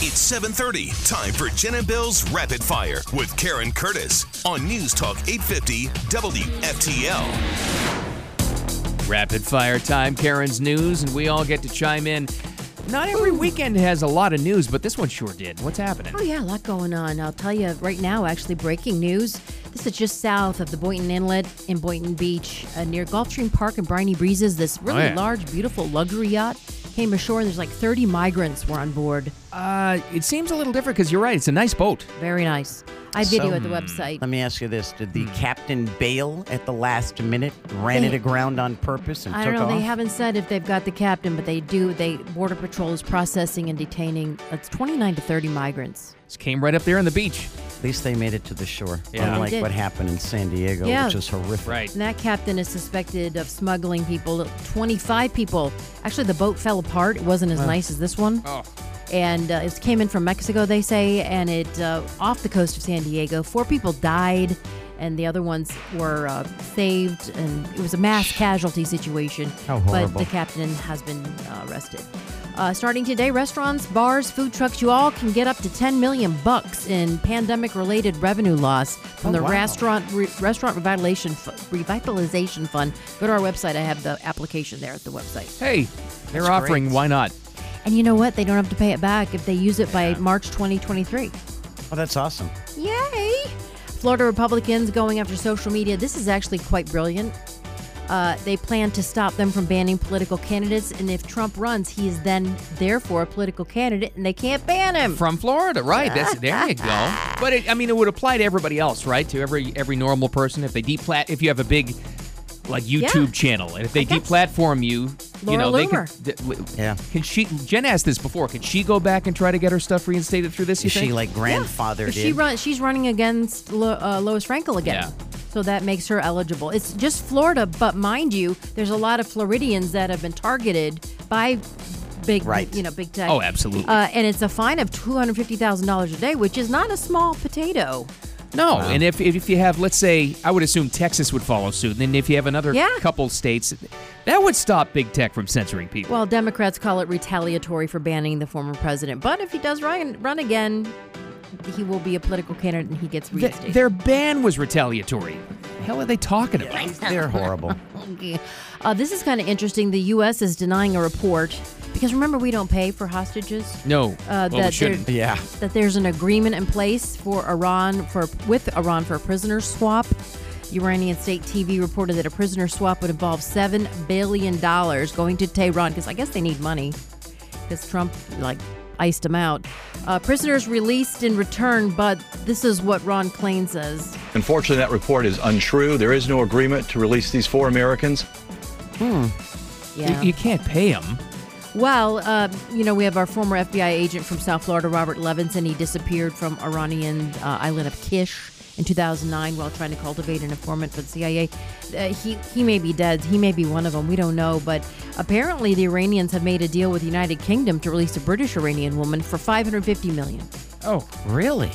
It's 7:30. Time for Jen and Bill's Rapid Fire with Karen Curtis on News Talk 850 WFTL. Rapid fire time, Karen's news, and we all get to chime in. Not every weekend has a lot of news, but this one sure did. What's happening? Oh, yeah, a lot going on. I'll tell you right now, actually, breaking news. This is just south of the Boynton Inlet in Boynton Beach uh, near Gulfstream Park and Briny Breezes. This really Oh, yeah. large, beautiful luxury yacht came ashore, and there's like 30 migrants were on board. Uh, it seems a little different because you're right. It's a nice boat. Very nice. I video at the website. Let me ask you this: Did the Hmm. captain bail at the last minute, ran it aground on purpose, and I took don't know. off? They haven't said if they've got the captain, but they do. They Border Patrol is processing and detaining. It's 29 to 30 migrants. Just came right up there on the beach. At least they made it to the shore, Yeah. unlike They did. what happened in San Diego, Yeah. which is horrific. Right. And that captain is suspected of smuggling people. 25 people. Actually, the boat fell apart. It wasn't as nice as this one. Oh. And uh, it came in from Mexico, they say, and it uh, off the coast of San Diego. Four people died, and the other ones were uh, saved. And it was a mass casualty situation. How But horrible. the captain has been uh, arrested. Uh, starting today, restaurants, bars, food trucks, you all can get up to 10 million bucks in pandemic-related revenue loss from Oh, the wow. restaurant restaurant re- restaurant revitalization f- revitalization fund. Go to our website. I have the application there at the website. Hey, they're offering. great. Why not? And you know what? They don't have to pay it back if they use it by March 2023. Well, Oh, that's awesome. Yay! Florida Republicans going after social media. This is actually quite brilliant. Uh, they plan to stop them from banning political candidates, and if Trump runs, he is then therefore a political candidate, and they can't ban him. From Florida, right? That's there you go. But it, I mean, it would apply to everybody else, right? To every every normal person. If they deplat, if you have a big like YouTube channel, and if they guess. deplatform you, you Laura know, they Loomer. could. th- Yeah. Can she? Jen asked this before. Can she go back and try to get her stuff reinstated through this? You Is she think? like grandfathered If she in? run, she's running against Lo, uh, Lois Frankel again. Yeah. So that makes her eligible. It's just Florida, but mind you, there's a lot of Floridians that have been targeted by big, Right. you know, big tech. Oh, absolutely. Uh, and it's a fine of two hundred fifty thousand dollars a day, which is not a small potato. No, and if, if you have, let's say, I would assume Texas would follow suit, and then if you have another Yeah. couple states, that would stop big tech from censoring people. Well, Democrats call it retaliatory for banning the former president, but if he does run, run again, he will be a political candidate and he gets Th- reinstated. their ban was retaliatory. The hell are they talking about? They're horrible. Uh, this is kind of interesting. The U.S. is denying a report because remember we don't pay for hostages. No, Uh, well, that we shouldn't. there- yeah. That there's an agreement in place for Iran for with Iran for a prisoner swap. Iranian state TV reported that a prisoner swap would involve seven billion dollars going to Tehran because I guess they need money because Trump like iced him out. Uh, prisoners released in return, but this is what Ron Klain says. Unfortunately, that report is untrue. There is no agreement to release these four Americans. Yeah. You, you can't pay them. Well, uh, you know, we have our former FBI agent from South Florida, Robert Levinson. He disappeared from Iranian uh, island of Kish in 2009 while trying to cultivate an informant for the CIA. Uh, he he may be dead. He may be one of them. We don't know. But apparently, the Iranians have made a deal with the United Kingdom to release a British Iranian woman for 550 million. Oh, Really?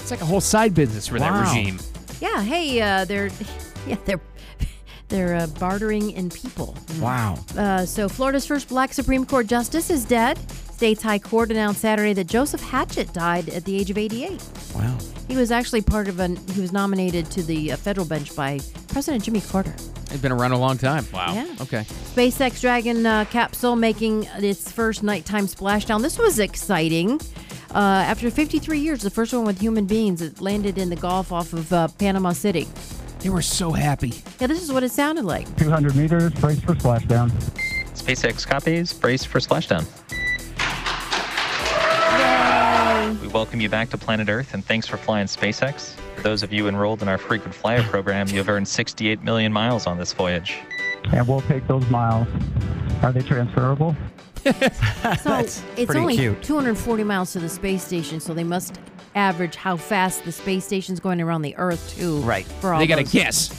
it's like a whole side business for that Wow. regime. Yeah. Hey, uh, they're yeah they're they're uh, bartering in people. Wow. Uh, so, Florida's first black Supreme Court justice is dead. State's High Court announced Saturday that Joseph Hatchett died at the age of 88. Wow. He was actually part of an. He was nominated to the uh, federal bench by President Jimmy Carter. It's been around a long time. Wow. Yeah. Okay. SpaceX Dragon uh, capsule making its first nighttime splashdown. This was exciting. Uh, after 53 years, the first one with human beings it landed in the Gulf off of uh, Panama City. They were so happy. Yeah, this is what it sounded like. 200 meters, brace for splashdown. SpaceX copies. Brace for splashdown. We welcome you back to planet Earth and thanks for flying SpaceX. For those of you enrolled in our frequent flyer program, you have earned 68 million miles on this voyage. And we'll take those miles. Are they transferable? So it's pretty only cute. 240 miles to the space station, so they must average how fast the space station's going around the Earth too. Right. For all they got to those- guess.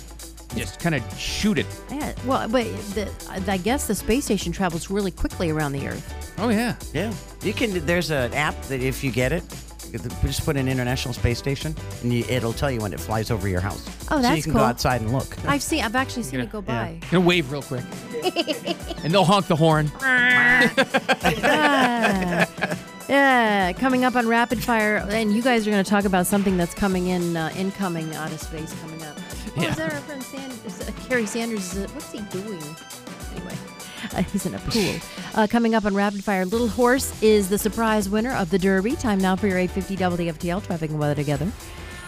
Just kind of shoot it. Yeah, well, but the, I guess the space station travels really quickly around the Earth. Oh yeah. Yeah. You can. There's an app that if you get it, you could just put in International Space Station, and you, it'll tell you when it flies over your house. Oh, So that's you can cool. go outside and look. I've seen. I've actually seen it go by. And wave real quick. and they'll honk the horn. Ah. Uh, coming up on Rapid Fire, and you guys are going to talk about something that's coming in, uh, incoming out of space coming up. Oh, Yeah. is that our friend Sanders, uh, Kerry Sanders? Is it, what's he doing? Anyway, uh, he's in a pool. Uh, coming up on Rapid Fire, Little Horse is the surprise winner of the Derby. Time now for your 850 WFTL traffic and weather together.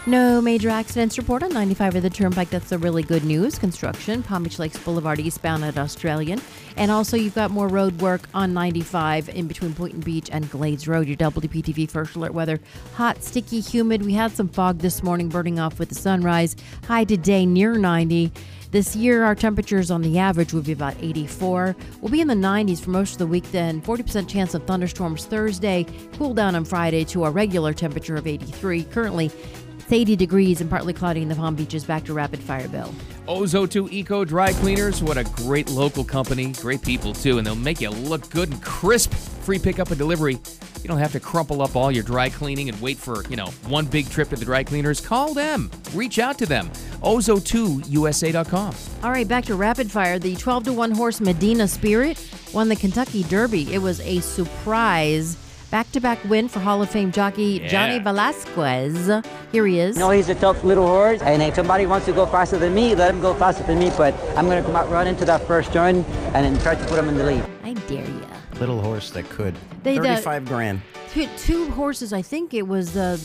No major accidents reported. 95 of the Turnpike. That's the really good news. Construction, Palm Beach Lakes Boulevard eastbound at Australian. And also, you've got more road work on 95 in between Boynton Beach and Glades Road. Your WPTV First Alert weather. Hot, sticky, humid. We had some fog this morning burning off with the sunrise. High today near 90. This year, our temperatures on the average would be about 84. We'll be in the 90s for most of the week, then 40% chance of thunderstorms Thursday. Cool down on Friday to a regular temperature of 83. Currently, it's 80 degrees and partly cloudy in the Palm Beaches. Back to rapid fire, Bill. Ozo2 Eco Dry Cleaners. What a great local company. Great people, too. And they'll make you look good and crisp. Free pickup and delivery. You don't have to crumple up all your dry cleaning and wait for, you know, one big trip to the dry cleaners. Call them. Reach out to them. Ozo2USA.com. All right, back to rapid fire. The 12 to 1 horse Medina Spirit won the Kentucky Derby. It was a surprise back to back win for Hall of Fame jockey Johnny Velasquez. Here he is. know he's a tough little horse, and if somebody wants to go faster than me, let him go faster than me. But I'm gonna come out run into that first turn and then try to put him in the lead. I dare you. Little horse that could. They don't- 35 grand. two, two horses. I think it was the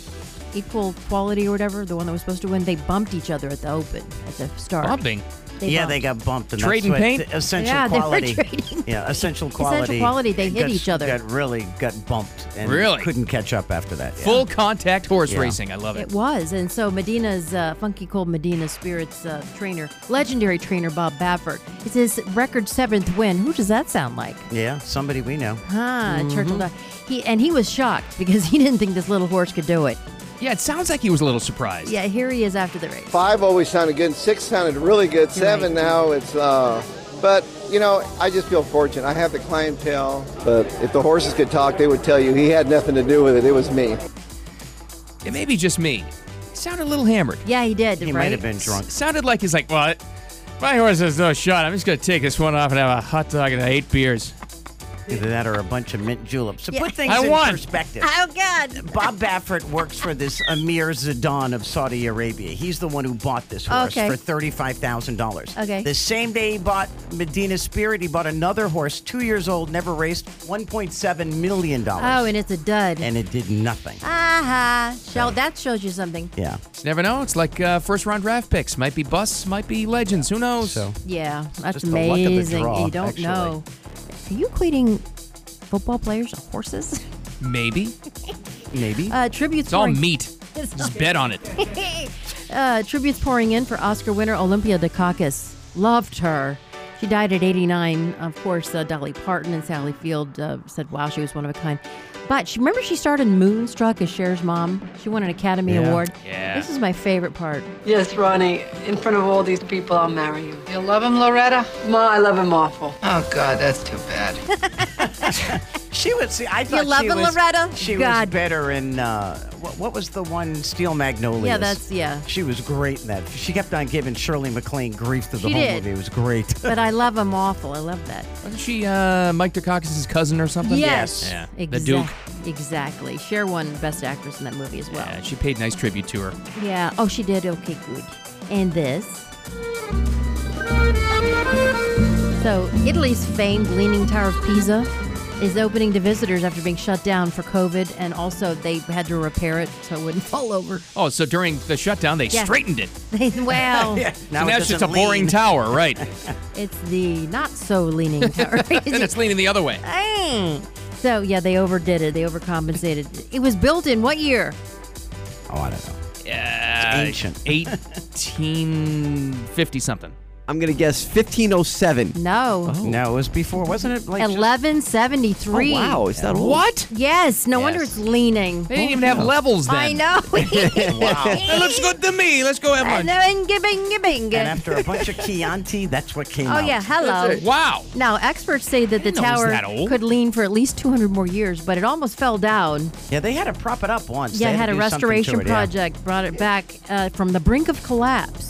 equal quality or whatever. The one that was supposed to win. They bumped each other at the open at the start. Bumping. yeah, bumped. they got bumped. And Trading that's what- paint? the Essential Yeah, they were quality. trading Yeah, essential quality. quality, they hit got- each other. Got really got bumped and Really? couldn't catch up after that. yeah. Full contact horse Yeah. racing. I love it. It was, and so Medina's uh, funky cold Medina Spirits uh, trainer, legendary trainer Bob Baffert, it's his record seventh win. Who does that sound like? Yeah, somebody we know. Huh, Mm-hmm. Churchill. Dog. He and he was shocked because he didn't think this little horse could do it. Yeah, it sounds like he was a little surprised. Yeah, here he is after the race. Five always sounded good. Six sounded really good. Seven now it's, uh, but you know, I just feel fortunate. I have the clientele. But if the horses could talk, they would tell you he had nothing to do with it. It was me. It may be just me. It sounded a little hammered. Yeah, he did. He right? might have been drunk. It sounded like he's like, well, my horse has no shot. I'm just going to take this one off and have a hot dog and eight beers. Either that or a bunch of mint juleps. So Yeah. put things I in won. perspective. Oh God. Bob Baffert works for this Amir Zidane of Saudi Arabia. He's the one who bought this horse Okay. for thirty-five thousand dollars. Okay. The same day he bought Medina Spirit, he bought another horse, two years old, never raced, one point seven million Oh, dollars, and it's a dud. and it did nothing. Aha! Show that shows you something. Yeah. Just never know. It's like uh, first round draft picks. Might be busts, might be legends. Who knows? So Yeah, that's Just the luck of the amazing. draw, you don't actually. know. Are you equating football players to horses? Maybe. maybe. Uh, tributes. It's all pouring- meat. It's Just bet on it. uh, tributes pouring in for Oscar winner Olympia Dukakis. Loved her. She died at 89. Of course, uh, Dolly Parton and Sally Field uh, said, "Wow, she was one of a kind." But she, remember, she starred in Moonstruck as Cher's mom. She won an Academy Yeah. Award. Yeah. This is my favorite part. Yes, Ronnie, in front of all these people, I'll marry you. You love him, Loretta? Ma, I love him awful. Oh, God, that's too bad. she was. See, I thought she loving was. Loretta? She God. was better in uh, what, what was the one Steel Magnolias? Yeah, that's- yeah. She was great in that. She kept on giving Shirley MacLaine grief through the She whole did. movie. It was great. But I love him awful. I love that. Wasn't she uh, Mike Dukakis' cousin or something? Yes. Yeah. Exac- The Duke. Exactly. Cher won Best Actress in that movie as well. Yeah, she paid nice tribute to her. Yeah. Oh, she did. Okay, good. And this. So, Italy's famed Leaning Tower of Pisa is opening to visitors after being shut down for COVID, and also they had to repair it so it wouldn't fall over. Oh, so during the shutdown, they Yeah. straightened it. well, so now it it's just a doesn't boring lean. tower, right? it's the not so leaning tower. and it's leaning the other way. Mm. so, yeah, they overdid it. They overcompensated. It was built in what year? Oh, I don't know. Yeah. ancient. 1850 something. I'm gonna guess 1507. No. Oh. No, it was before, wasn't it? Like just- 1173. it's that What? Yes, no wonder Yes. it's leaning. They didn't even Oh. have levels then. I know. It looks good to me. Let's go have And lunch. then gibing, gibing. And after a bunch of Chianti, that's what came Oh, out. yeah, hello. Wow. Now, experts say that the didn't know it was tower that old. could lean for at least 200 more years, but it almost fell down. Yeah, they had to prop it up once. yeah, They it had to a do something to restoration it, yeah. project, brought it back uh, from the brink of collapse.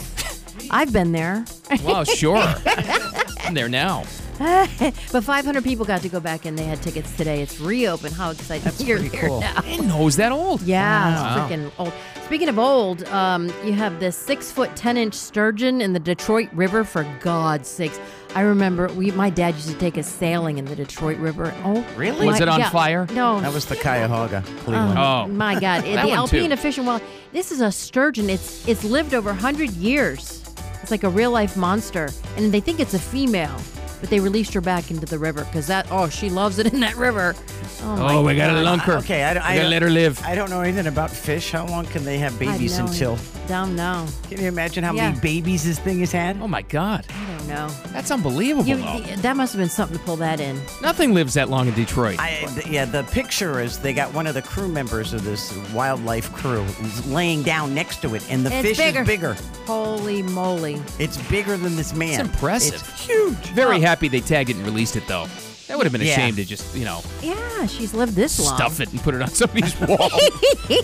I've been there. Wow, sure. I'm there now. but 500 people got to go back in. They had tickets today. It's reopened. How exciting! That's You're here now. I know, is that old? Yeah, Wow. oh it's freaking old. Speaking of old, um, you have this six foot ten inch sturgeon in the Detroit River. For God's sakes, I remember we my dad used to take us sailing in the Detroit River. Oh, Really? my- yeah. No, That was the Cuyahoga, Cleveland. Uh, Oh, my God! That the one, too. Alpena Fish and Wild. This is a sturgeon. It's it's lived over hundred years. It's like a real life monster, and they think it's a female, but they released her back into the river because that oh she loves it in that river. Oh, my Oh, we gotta God. lunk her. Okay, I, We I gotta let her live. I don't know anything about fish. How long can they have I babies know, until? Dumb now. Can you imagine how Yeah. many babies this thing has had? Oh my God, I don't know. that's unbelievable. You, though. that must have been something to pull that in. Nothing lives that long in Detroit. I, th- yeah, the picture is they got one of the crew members of this wildlife crew is laying down next to it, and the It's fish bigger. is bigger. Holy moly! It's bigger than this man. it's impressive. It's huge. Very happy they tagged it and released it though. That would have been a Yeah. shame to just you know Yeah, she's lived this long. stuff it and put it on somebody's wall, yeah,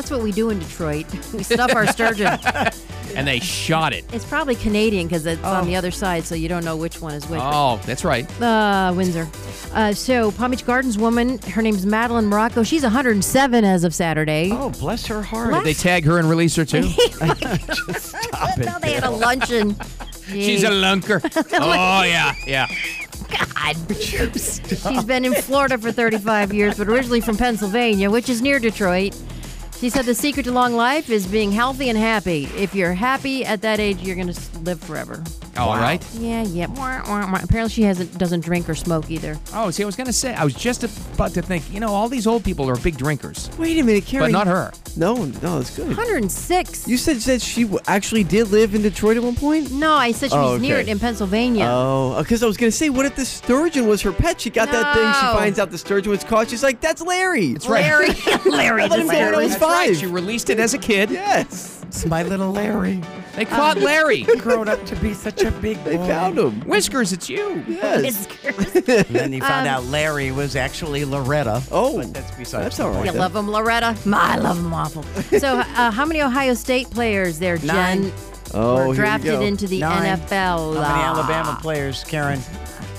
that's what we do in Detroit. We stuff our sturgeon. and they shot it. It's probably Canadian because it's on the other side, so you don't know which one is which. Oh, that's right. Uh, Windsor. Uh, so, Palm Beach Gardens woman, her name's Madeline Morocco. She's 107 as of Saturday. Oh, bless her heart. Did they tag her and release her too? Stop it. Well, they had a luncheon. She's a lunker. Oh yeah, yeah. God. She's been in Florida for 35 years, but originally from Pennsylvania, which is near Detroit. She said the secret to long life is being healthy and happy. If you're happy at that age, you're going to live forever. All right. Yeah, yeah. Wah, wah, wah. Apparently, she hasn't doesn't drink or smoke either. Oh, see, I was gonna say, I was just about to think. You know, all these old people are big drinkers, Wait a minute, Carrie. but not her. No, no, it's good. 106. You said that she w- actually did live in Detroit at one point. No, I said she was Oh, okay. near it in Pennsylvania. Oh, because I was gonna say, what if the sturgeon was her pet? She got that thing. No. She finds out the sturgeon was caught. She's like, "That's Larry." It's Larry, Larry, I let just him go when I Larry. was five. She released it as a kid. Yes, It's my little Larry. They caught Larry. Grown up to be such a big boy. they found him. Whiskers, it's you. Yes. And then he found Um, out Larry was actually Loretta. Oh, That's beside that's all right. You then. love them, Loretta. My, I love them awful. so, uh, how many Ohio State players there, Jen, Nine. Oh, here were we drafted go. into the Nine. How NFL? many Alabama players, Karen? Oh,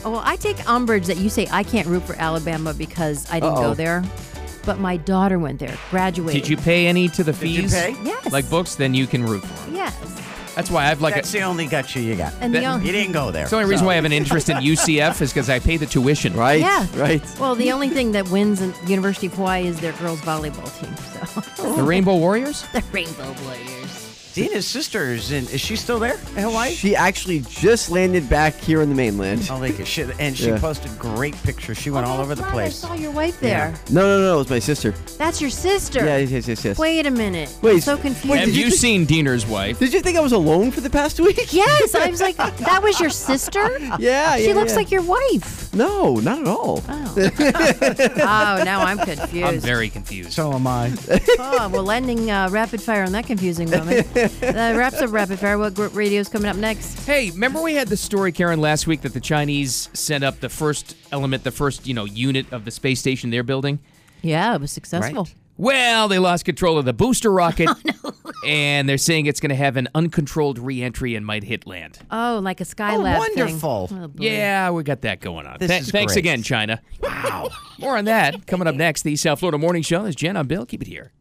Ah. well, I take umbrage that you say I can't root for Alabama because I didn't go Uh-oh. there, but my daughter went there, graduated. Did you pay any to the fees? pay? Yes. Like books, then you can root for them. Yes. That's why I've like That's a, the only gut you you got. And the That- only, You didn't go there. it's the only reason why I have an interest in UCF is because I pay the tuition. Right. Yeah. Right. well, the only thing that wins in University of Hawaii is their girls volleyball team. So The Rainbow Warriors. the Rainbow Warriors. Dina's sister is in. Is she still there in Hawaii? She actually just landed back here in the mainland. I'll link it. She, and she Yeah. posted great pictures. She went all over the Right, place. I saw your wife there. No, no, no. It was my sister. That's your sister. Yeah. Yes. Yes. Yes. yes. Wait a minute. Wait, I'm so wait, did confused. Wait, Have did you, you just- seen Diener's wife? Did you think I was alone for the past week? Yes, I was like, that was your sister? Yeah, She yeah, looks yeah. like your wife. No, not at all. Oh. oh, now I'm confused. I'm very confused. So am I. oh, well, ending uh, rapid fire on that confusing moment. that wraps up rapid fire. What group radio is coming up next? Hey, remember we had the story, Karen, last week that the Chinese sent up the first element, the first, you know, unit of the space station they're building? Yeah, it was successful. Right. Well, they lost control of the booster rocket, and they're saying it's going to have an uncontrolled reentry and might hit land. Oh, like a Oh, Skylab thing. wonderful. Oh, boy. Yeah, we got that going on. This Tha- is thanks great. again, China. Wow. More on that coming up next. The South Florida Morning Show is Jen. I'm Bill. Keep it here.